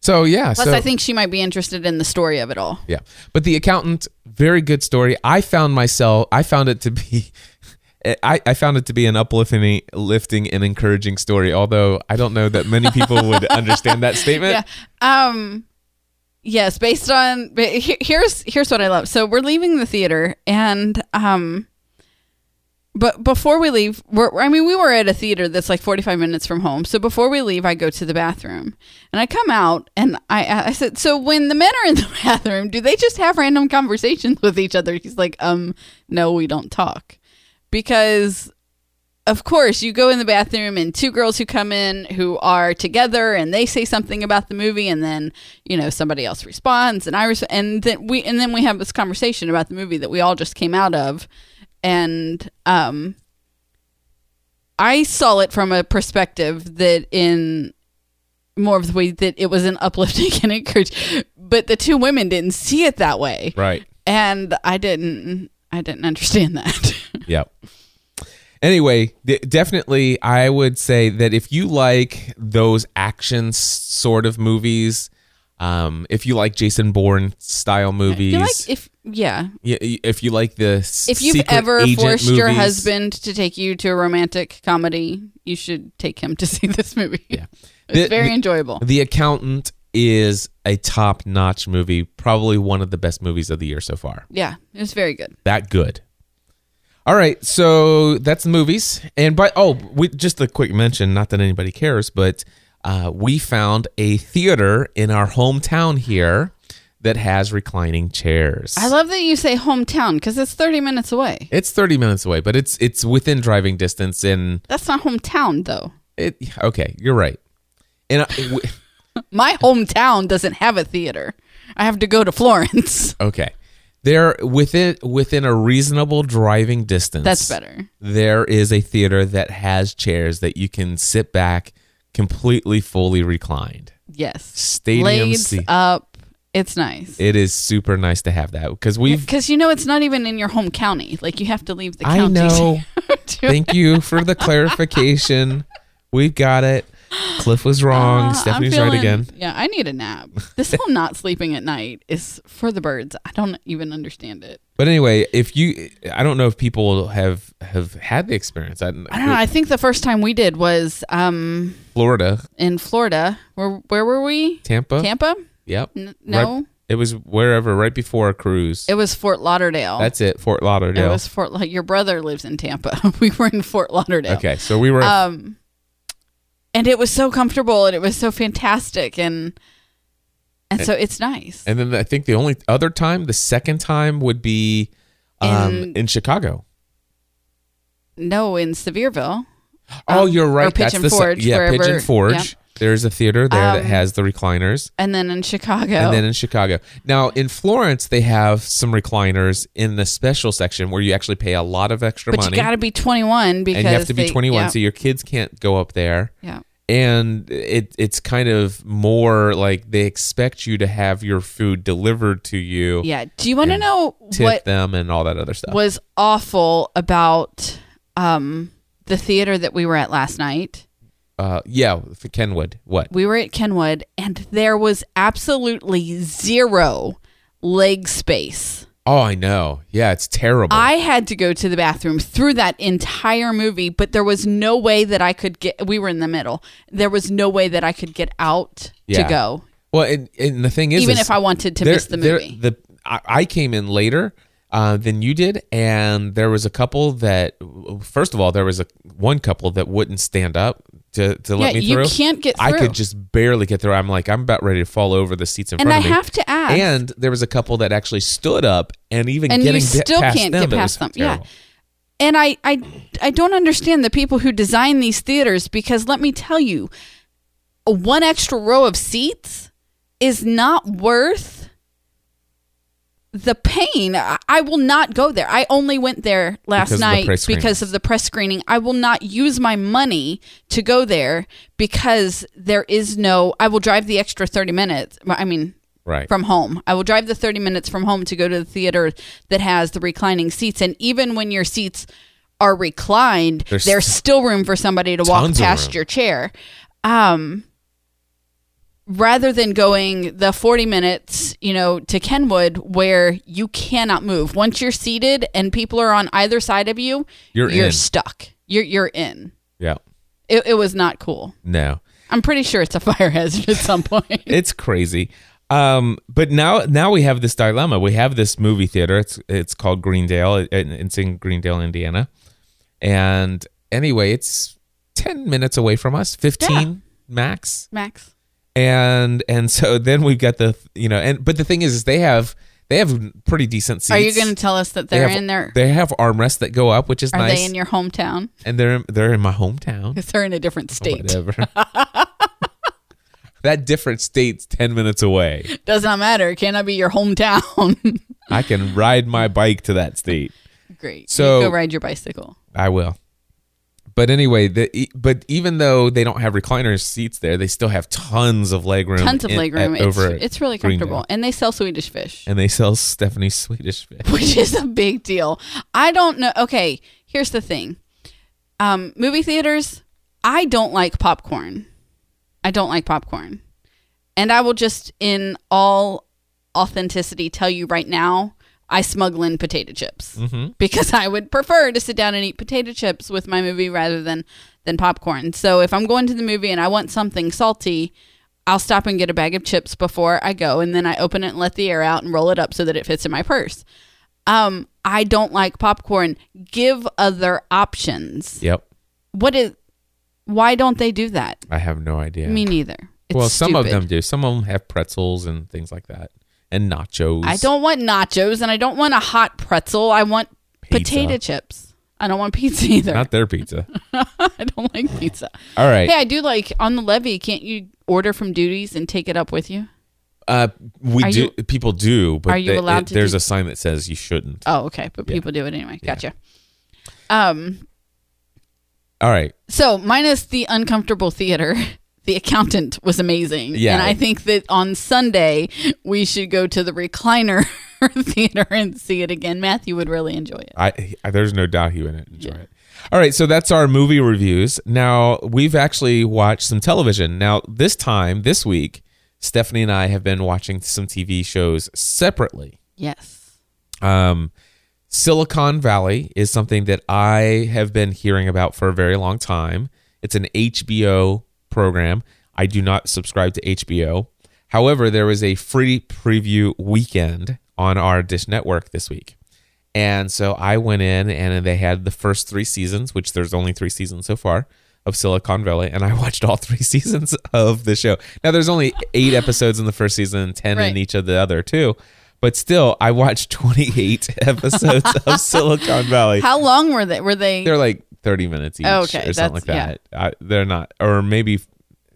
[SPEAKER 1] So yeah.
[SPEAKER 3] plus
[SPEAKER 1] so,
[SPEAKER 3] I think she might be interested in the story of it all.
[SPEAKER 1] Yeah. But the accountant, very good story. I found myself I found it to be I, I found it to be an uplifting lifting and encouraging story, although I don't know that many people would understand that statement.
[SPEAKER 3] Yeah. Um yes, based on but he- here's here's what I love. So we're leaving the theater and um but before we leave, we're, I mean, we were at a theater that's like 45 minutes from home. So before we leave, I go to the bathroom and I come out and I, I said, So when the men are in the bathroom, do they just have random conversations with each other? He's like, Um, no, we don't talk. Because of course, you go in the bathroom and two girls who come in who are together and they say something about the movie and then, you know, somebody else responds and I res- and then we and then we have this conversation about the movie that we all just came out of and um I saw it from a perspective that in more of the way that it was an uplifting and encouraging, but the two women didn't see it that way.
[SPEAKER 1] Right.
[SPEAKER 3] And I didn't I didn't understand that.
[SPEAKER 1] Yeah. Anyway, th- definitely, I would say that if you like those action s- sort of movies, um, if you like Jason Bourne style movies,
[SPEAKER 3] you like if yeah,
[SPEAKER 1] y- y- if you like the s-
[SPEAKER 3] if you've
[SPEAKER 1] secret
[SPEAKER 3] ever
[SPEAKER 1] agent
[SPEAKER 3] forced your
[SPEAKER 1] movies-
[SPEAKER 3] husband to take you to a romantic comedy, you should take him to see this movie.
[SPEAKER 1] Yeah.
[SPEAKER 3] it's
[SPEAKER 1] The-
[SPEAKER 3] very
[SPEAKER 1] the-
[SPEAKER 3] enjoyable.
[SPEAKER 1] The Accountant is a top notch movie, probably one of the best movies of the year so far.
[SPEAKER 3] yeah, it was very good.
[SPEAKER 1] that good. All right, so that's the movies, and by oh, we, just a quick mention. Not that anybody cares, but uh, we found a theater in our hometown here that has reclining chairs.
[SPEAKER 3] I love that you say hometown because it's thirty minutes away.
[SPEAKER 1] it's thirty minutes away, but it's it's within driving distance. And
[SPEAKER 3] That's not hometown though.
[SPEAKER 1] it okay, you're right. And I, w-
[SPEAKER 3] My hometown doesn't have a theater. I have to go to Florence.
[SPEAKER 1] okay, they're within within a reasonable driving distance.
[SPEAKER 3] That's better.
[SPEAKER 1] there is a theater that has chairs that you can sit back completely fully reclined.
[SPEAKER 3] Yes,
[SPEAKER 1] Stadium
[SPEAKER 3] Blades
[SPEAKER 1] seat.
[SPEAKER 3] up. It's nice
[SPEAKER 1] It is super nice to have that because we've.
[SPEAKER 3] because you know it's not even in your home county. Like you have to leave the county.
[SPEAKER 1] I know.
[SPEAKER 3] to-
[SPEAKER 1] Thank you for the clarification. We've got it. Cliff was wrong.
[SPEAKER 3] Uh,
[SPEAKER 1] Stephanie's
[SPEAKER 3] I'm
[SPEAKER 1] right
[SPEAKER 3] feeling-
[SPEAKER 1] again.
[SPEAKER 3] Yeah, I need a nap. This whole not sleeping at night is for the birds. I don't even understand it.
[SPEAKER 1] But anyway, if you, I don't know if people have have had the experience. I,
[SPEAKER 3] I don't know. I think the first time we did was um
[SPEAKER 1] Florida,
[SPEAKER 3] in Florida. Where where were we?
[SPEAKER 1] Tampa.
[SPEAKER 3] Tampa?
[SPEAKER 1] Yep.
[SPEAKER 3] N- no.
[SPEAKER 1] Right- it was wherever right before a cruise.
[SPEAKER 3] It was Fort Lauderdale.
[SPEAKER 1] That's it. Fort Lauderdale.
[SPEAKER 3] it was Fort like your brother lives in Tampa. we were in Fort Lauderdale.
[SPEAKER 1] okay, so we were.
[SPEAKER 3] Um and it was so comfortable and it was so fantastic and and so it's nice.
[SPEAKER 1] And then I think the only other time, the second time, would be um, in,
[SPEAKER 3] In-
[SPEAKER 1] Chicago.
[SPEAKER 3] No, in Sevierville.
[SPEAKER 1] Oh,
[SPEAKER 3] um,
[SPEAKER 1] you're
[SPEAKER 3] or
[SPEAKER 1] right.
[SPEAKER 3] Pigeon
[SPEAKER 1] the se-
[SPEAKER 3] Forge,
[SPEAKER 1] yeah,
[SPEAKER 3] wherever-
[SPEAKER 1] Pigeon Forge. There's a theater there that
[SPEAKER 3] Um, oh.
[SPEAKER 1] has the recliners,
[SPEAKER 3] And then in Chicago.
[SPEAKER 1] and then in Chicago. Now in Florence, they have some recliners in the special section where you actually pay a lot of extra
[SPEAKER 3] But
[SPEAKER 1] money,
[SPEAKER 3] you got to be 21 because
[SPEAKER 1] and you have to be
[SPEAKER 3] they-
[SPEAKER 1] 21,
[SPEAKER 3] yeah,
[SPEAKER 1] so your kids can't go up there.
[SPEAKER 3] yeah.
[SPEAKER 1] And it it's kind of more like they expect you to have your food delivered to you,
[SPEAKER 3] Yeah. Do you want to
[SPEAKER 1] And
[SPEAKER 3] know
[SPEAKER 1] tip
[SPEAKER 3] what
[SPEAKER 1] them, and all that other stuff.
[SPEAKER 3] was awful about um, the theater that we were at last night?
[SPEAKER 1] Uh, yeah, for Kenwood. What?
[SPEAKER 3] We were at Kenwood, and there was absolutely zero leg space.
[SPEAKER 1] Oh, I know. Yeah, it's terrible.
[SPEAKER 3] I had to go to the bathroom through that entire movie, but there was no way that I could get. We were in the middle. There was no way that I could get out
[SPEAKER 1] Yeah.
[SPEAKER 3] to go,
[SPEAKER 1] well, and, and the thing is,
[SPEAKER 3] even
[SPEAKER 1] is
[SPEAKER 3] if I wanted to
[SPEAKER 1] there-
[SPEAKER 3] miss the
[SPEAKER 1] there-
[SPEAKER 3] movie.
[SPEAKER 1] the I, I came in later uh, than you did, and there was a couple that. First of all, there was a one couple that wouldn't stand up to to let
[SPEAKER 3] Yeah,
[SPEAKER 1] me
[SPEAKER 3] you
[SPEAKER 1] through.
[SPEAKER 3] can't get
[SPEAKER 1] I
[SPEAKER 3] through.
[SPEAKER 1] could just barely get through. I'm like, I'm about ready to fall over the seats in
[SPEAKER 3] And
[SPEAKER 1] front
[SPEAKER 3] I
[SPEAKER 1] of me.
[SPEAKER 3] have to ask.
[SPEAKER 1] And there was a couple that actually stood up, and even
[SPEAKER 3] And you
[SPEAKER 1] getting de-
[SPEAKER 3] still
[SPEAKER 1] past
[SPEAKER 3] can't
[SPEAKER 1] them,
[SPEAKER 3] get
[SPEAKER 1] it was
[SPEAKER 3] past them. Yeah.
[SPEAKER 1] terrible.
[SPEAKER 3] and I, I I don't understand the people who design these theaters because let me tell you, one extra row of seats is not worth the pain. I, I will not go there. I only went there last
[SPEAKER 1] Because of the
[SPEAKER 3] night
[SPEAKER 1] press screenings.
[SPEAKER 3] because of the press screening. I will not use my money to go there because there is no. I will drive the extra thirty minutes. I mean,
[SPEAKER 1] Right.
[SPEAKER 3] from home. I will drive the 30 minutes from home to go to the theater that has the reclining seats. And even when your seats are reclined,
[SPEAKER 1] There's
[SPEAKER 3] there's, still room for somebody to walk
[SPEAKER 1] Tons of
[SPEAKER 3] past
[SPEAKER 1] room.
[SPEAKER 3] your chair. Um, rather than going the 40 minutes, you know, to Kenwood where you cannot move. Once you're seated and people are on either side of you,
[SPEAKER 1] You're in.
[SPEAKER 3] stuck. You're, you're in.
[SPEAKER 1] Yeah.
[SPEAKER 3] It, it was not cool.
[SPEAKER 1] No.
[SPEAKER 3] I'm pretty sure it's a fire hazard at some point.
[SPEAKER 1] It's crazy. Um, but now now we have this dilemma. We have this movie theater. It's it's called Greendale. It- It's in Greendale, Indiana. And anyway, it's 10 minutes away from us, 15 max.
[SPEAKER 3] Max.
[SPEAKER 1] and and so then we've got the you know and but the thing is, is they have they have pretty decent seats.
[SPEAKER 3] Are you going to tell us that
[SPEAKER 1] They
[SPEAKER 3] they're
[SPEAKER 1] have-
[SPEAKER 3] in there?
[SPEAKER 1] They have armrests that go up, which is
[SPEAKER 3] Are
[SPEAKER 1] nice.
[SPEAKER 3] they in your hometown?
[SPEAKER 1] and they're in, they're in my hometown.
[SPEAKER 3] Because they're in a different
[SPEAKER 1] Oh
[SPEAKER 3] state.
[SPEAKER 1] Whatever. that different state's ten minutes away.
[SPEAKER 3] Does not matter. Can I be your hometown?
[SPEAKER 1] I can ride my bike to that state.
[SPEAKER 3] Great.
[SPEAKER 1] So-
[SPEAKER 3] You go ride your bicycle.
[SPEAKER 1] I will. But anyway, the e- but even though they don't have recliner seats there, they still have tons of legroom.
[SPEAKER 3] Tons of
[SPEAKER 1] um, in-
[SPEAKER 3] legroom.
[SPEAKER 1] at-
[SPEAKER 3] It's,
[SPEAKER 1] over at
[SPEAKER 3] it's really
[SPEAKER 1] Greendale.
[SPEAKER 3] comfortable. And they sell Swedish fish,
[SPEAKER 1] And they sell Stephanie's Swedish fish.
[SPEAKER 3] which is a big deal. I don't know. Okay, here's the thing. Um, movie theaters, I don't like popcorn. I don't like popcorn. And I will just, in all authenticity, tell you right now, I smuggle in potato chips
[SPEAKER 1] Mm-hmm.
[SPEAKER 3] because I would prefer to sit down and eat potato chips with my movie rather than than popcorn. So if I'm going to the movie and I want something salty, I'll stop and get a bag of chips before I go, and then I open it and let the air out and roll it up so that it fits in my purse. Um, I don't like popcorn. Give other options.
[SPEAKER 1] Yep.
[SPEAKER 3] What is? Why don't they do that?
[SPEAKER 1] I have no idea.
[SPEAKER 3] Me neither. It's
[SPEAKER 1] well, some of
[SPEAKER 3] stupid.
[SPEAKER 1] them do. Some of them have pretzels and things like that, and nachos.
[SPEAKER 3] I don't want nachos and I don't want a hot pretzel. I want potato chips. I don't want pizza either.
[SPEAKER 1] Not their pizza.
[SPEAKER 3] I don't like pizza.
[SPEAKER 1] All right.
[SPEAKER 3] Hey, I do like on the levee. Can't you order from duties and take it up with you?
[SPEAKER 1] Uh, we
[SPEAKER 3] Are
[SPEAKER 1] do. people do, but
[SPEAKER 3] Are you
[SPEAKER 1] they-
[SPEAKER 3] allowed
[SPEAKER 1] it-
[SPEAKER 3] to
[SPEAKER 1] there's
[SPEAKER 3] do-
[SPEAKER 1] a sign that says you shouldn't.
[SPEAKER 3] Oh, okay, but people do it anyway. Gotcha. Um,
[SPEAKER 1] All right.
[SPEAKER 3] so minus the uncomfortable theater, the accountant was amazing.
[SPEAKER 1] Yeah.
[SPEAKER 3] and I think that on Sunday we should go to the recliner theater and see it again. Matthew would really enjoy it.
[SPEAKER 1] I, I there's no doubt he would enjoy it. All right, so that's our movie reviews. Now we've actually watched some television. Now this time this week, Stephanie and I have been watching some TV shows separately.
[SPEAKER 3] Yes.
[SPEAKER 1] Um, Silicon Valley is something that I have been hearing about for a very long time. It's an HBO program. I do not subscribe to HBO. However, there was a free preview weekend on our Dish Network this week. And so I went in and they had the first three seasons, which there's only three seasons so far of Silicon Valley. And I watched all three seasons of the show. Now, there's only eight episodes in the first season and 10 in
[SPEAKER 3] Right.
[SPEAKER 1] each of the other two. But still, I watched 28 episodes of Silicon Valley.
[SPEAKER 3] How long were they? Were they?
[SPEAKER 1] They're like 30 minutes each
[SPEAKER 3] Oh, okay.
[SPEAKER 1] or something like
[SPEAKER 3] That's-
[SPEAKER 1] that. I, they're not, or maybe,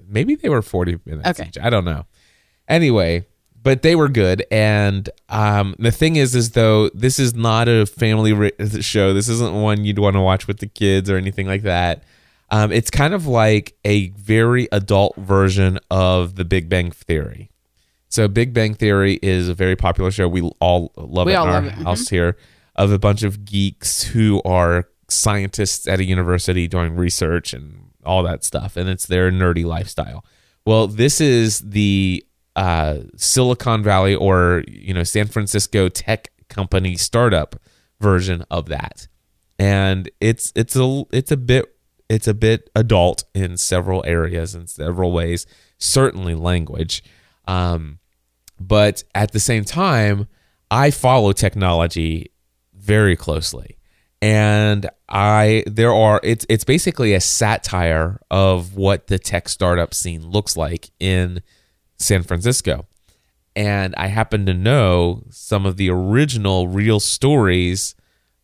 [SPEAKER 1] maybe they were 40 minutes
[SPEAKER 3] Okay.
[SPEAKER 1] each. I don't know. Anyway, but they were good. And um, the thing is, is though, this is not a family ri- show. This isn't one you'd want to watch with the kids or anything like that. Um, it's kind of like a very adult version of The Big Bang Theory. So Big Bang Theory is a very popular show. We all love
[SPEAKER 3] We
[SPEAKER 1] it
[SPEAKER 3] all
[SPEAKER 1] in our
[SPEAKER 3] love it. Mhm.
[SPEAKER 1] house here of a bunch of geeks who are scientists at a university doing research and all that stuff. And it's their nerdy lifestyle. Well, this is the uh, Silicon Valley or you know San Francisco tech company startup version of that. And it's it's a it's a bit it's a bit adult in several areas in several ways, certainly language. Um, but at the same time, I follow technology very closely. And I there are it's it's basically a satire of what the tech startup scene looks like in San Francisco. And I happen to know some of the original real stories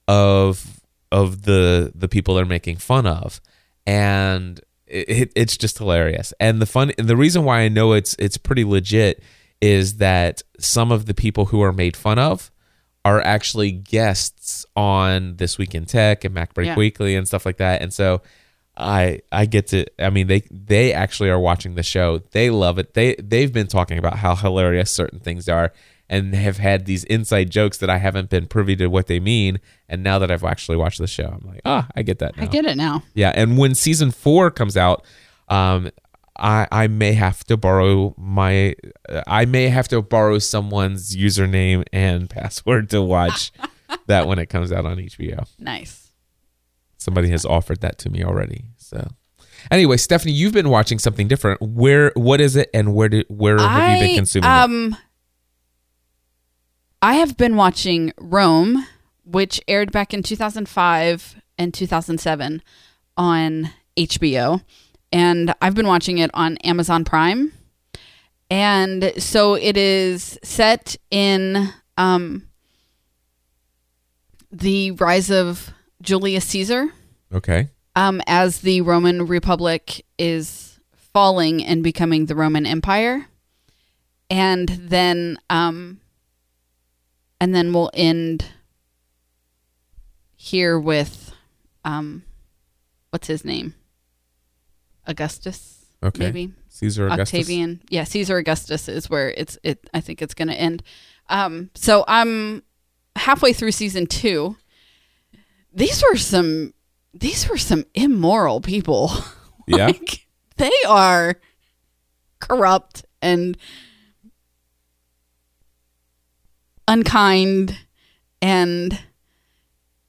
[SPEAKER 1] of of the the people they're making fun of and it, it, it's just hilarious and the fun the reason why i know it's it's pretty legit is that some of the people who are made fun of are actually guests on this week in tech and macbreak
[SPEAKER 3] Yeah.
[SPEAKER 1] weekly and stuff like that and so I I get to I mean they they actually are watching the show. They love it. They they've been talking about how hilarious certain things are and have had these inside jokes that I haven't been privy to what they mean. And now that I've actually watched the show, I'm like, ah, I get that. Now.
[SPEAKER 3] I get it now.
[SPEAKER 1] Yeah, and when season four comes out, um, I I may have to borrow my uh, I may have to borrow someone's username and password to watch that when it comes out on HBO.
[SPEAKER 3] Nice.
[SPEAKER 1] Somebody has offered that to me already. So, anyway, Stephanie, you've been watching something different. Where what is it, and where did where have you been consuming? it?
[SPEAKER 3] um, I have been watching Rome, which aired back in 2005 and 2007 on HBO, and I've been watching it on Amazon Prime. And so it is set in um, the rise of Julius Caesar
[SPEAKER 1] Okay,
[SPEAKER 3] um, as the Roman Republic is falling and becoming the Roman Empire, and then um, and then we'll end here with um, what's his name, Augustus,
[SPEAKER 1] okay,
[SPEAKER 3] maybe
[SPEAKER 1] Caesar Augustus.
[SPEAKER 3] Octavian. Yeah, Caesar Augustus is where it's it. I think it's going to end. Um, so I'm halfway through season two. These were some. These were some immoral people.
[SPEAKER 1] Yeah.
[SPEAKER 3] like, they are corrupt and unkind, and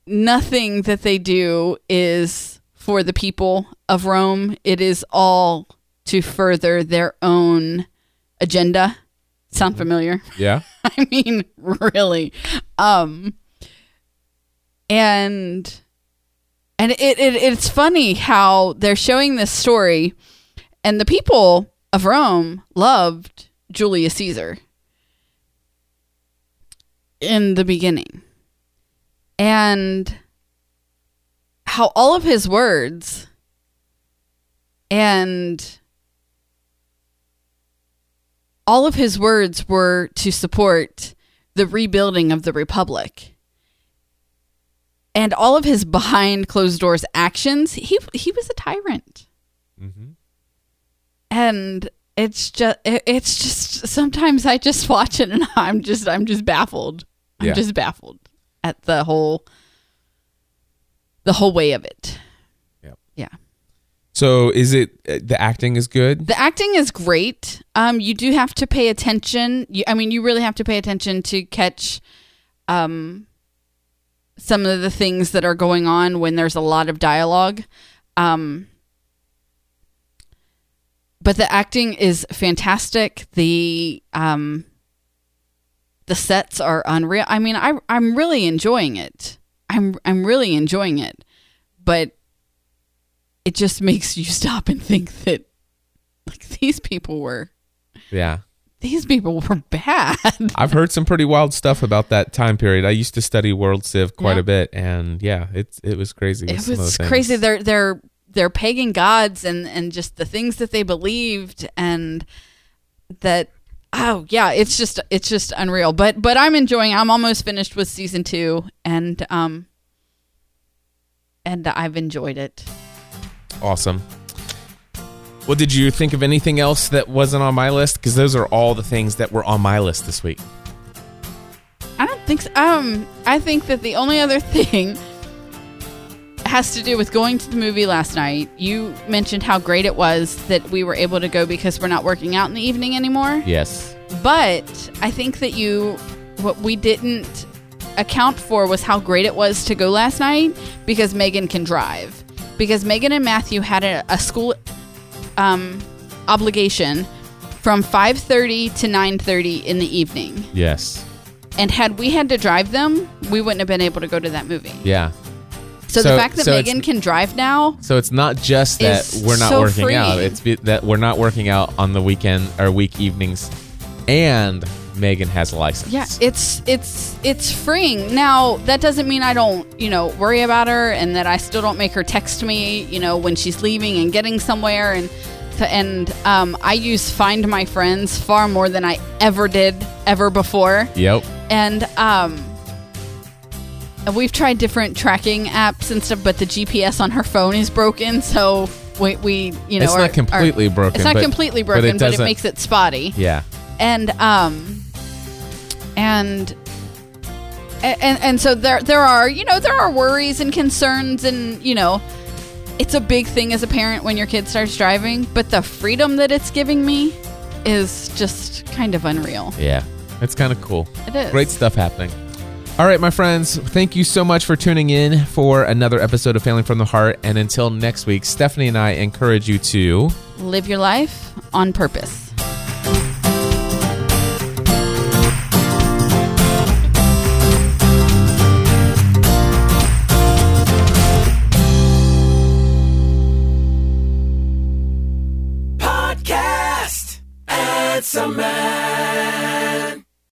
[SPEAKER 3] nothing that they do is for the people of Rome. It is all to further their own agenda. Sound familiar?
[SPEAKER 1] Yeah.
[SPEAKER 3] I mean, really. Um and and it, it it's funny how they're showing this story and the people of Rome loved Julius Caesar in the beginning. And how all of his words and all of his words were to support the rebuilding of the republic and all of his behind closed doors actions he he was a tyrant
[SPEAKER 1] Mhm.
[SPEAKER 3] and it's just it's just sometimes i just watch it and i'm just i'm just baffled i'm
[SPEAKER 1] Yeah.
[SPEAKER 3] just baffled at the whole the whole way of it
[SPEAKER 1] Yep.
[SPEAKER 3] yeah
[SPEAKER 1] So is it uh, the acting is good?
[SPEAKER 3] The acting is great. Um, you do have to pay attention. You, I mean, you really have to pay attention to catch um, some of the things that are going on when there's a lot of dialogue. Um, but the acting is fantastic. The um, the sets are unreal. I mean, I I'm really enjoying it. I'm I'm really enjoying it, but it just makes you stop and think that like these people were
[SPEAKER 1] Yeah.
[SPEAKER 3] these people were bad.
[SPEAKER 1] I've heard some pretty wild stuff about that time period. I used to study World Civ quite
[SPEAKER 3] Yeah.
[SPEAKER 1] a bit, and yeah, it's it was crazy. with
[SPEAKER 3] It
[SPEAKER 1] some of
[SPEAKER 3] was
[SPEAKER 1] the things.
[SPEAKER 3] crazy. They're they're they're pagan gods and and just the things that they believed and that oh yeah, it's just it's just unreal. But but I'm enjoying. I'm almost finished with season 2 and um and I've enjoyed it.
[SPEAKER 1] Awesome. Well, did you think of anything else that wasn't on my list? Because those are all the things that were on my list this week.
[SPEAKER 3] I don't think so. Um, I think that the only other thing has to do with going to the movie last night. You mentioned how great it was that we were able to go because we're not working out in the evening anymore.
[SPEAKER 1] Yes.
[SPEAKER 3] But I think that you, what we didn't account for was how great it was to go last night because Megan can drive. Because Megan and Matthew had a, a school um, obligation from 5.30 to 9.30 in the evening
[SPEAKER 1] Yes.
[SPEAKER 3] and had we had to drive them, we wouldn't have been able to go to that movie.
[SPEAKER 1] Yeah.
[SPEAKER 3] So,
[SPEAKER 1] So-
[SPEAKER 3] the fact that
[SPEAKER 1] so it's-
[SPEAKER 3] Megan can drive now,
[SPEAKER 1] So it's not just that
[SPEAKER 3] It's
[SPEAKER 1] we're not
[SPEAKER 3] so
[SPEAKER 1] working out;
[SPEAKER 3] freeing.
[SPEAKER 1] it's be- that we're not working out on the weekend or week evenings, and Megan has a license.
[SPEAKER 3] yeah, it's it's it's freeing. Now that doesn't mean I don't you know worry about her and that I still don't make her text me you know when she's leaving and getting somewhere and to, and um, I use Find My Friends far more than I ever did ever before.
[SPEAKER 1] yep.
[SPEAKER 3] and um And we've tried different tracking apps and stuff, but the GPS on her phone is broken. So we, we you know,
[SPEAKER 1] It's
[SPEAKER 3] are-
[SPEAKER 1] not completely
[SPEAKER 3] are-
[SPEAKER 1] broken,
[SPEAKER 3] It's not
[SPEAKER 1] but-
[SPEAKER 3] completely
[SPEAKER 1] but it
[SPEAKER 3] broken, but it,
[SPEAKER 1] doesn't-
[SPEAKER 3] makes it spotty.
[SPEAKER 1] Yeah.
[SPEAKER 3] And um, and and and so there there are you know there are worries and concerns and you know it's a big thing as a parent when your kid starts driving, but the freedom that it's giving me is just kind of unreal.
[SPEAKER 1] Yeah. It's kind of cool.
[SPEAKER 3] It is.
[SPEAKER 1] Great stuff happening. All right, my friends, thank you so much for tuning in for another episode of Family from the Heart. And until next week, Stephanie and I encourage you to.
[SPEAKER 3] Live your life on purpose.
[SPEAKER 4] Podcast. It's a man.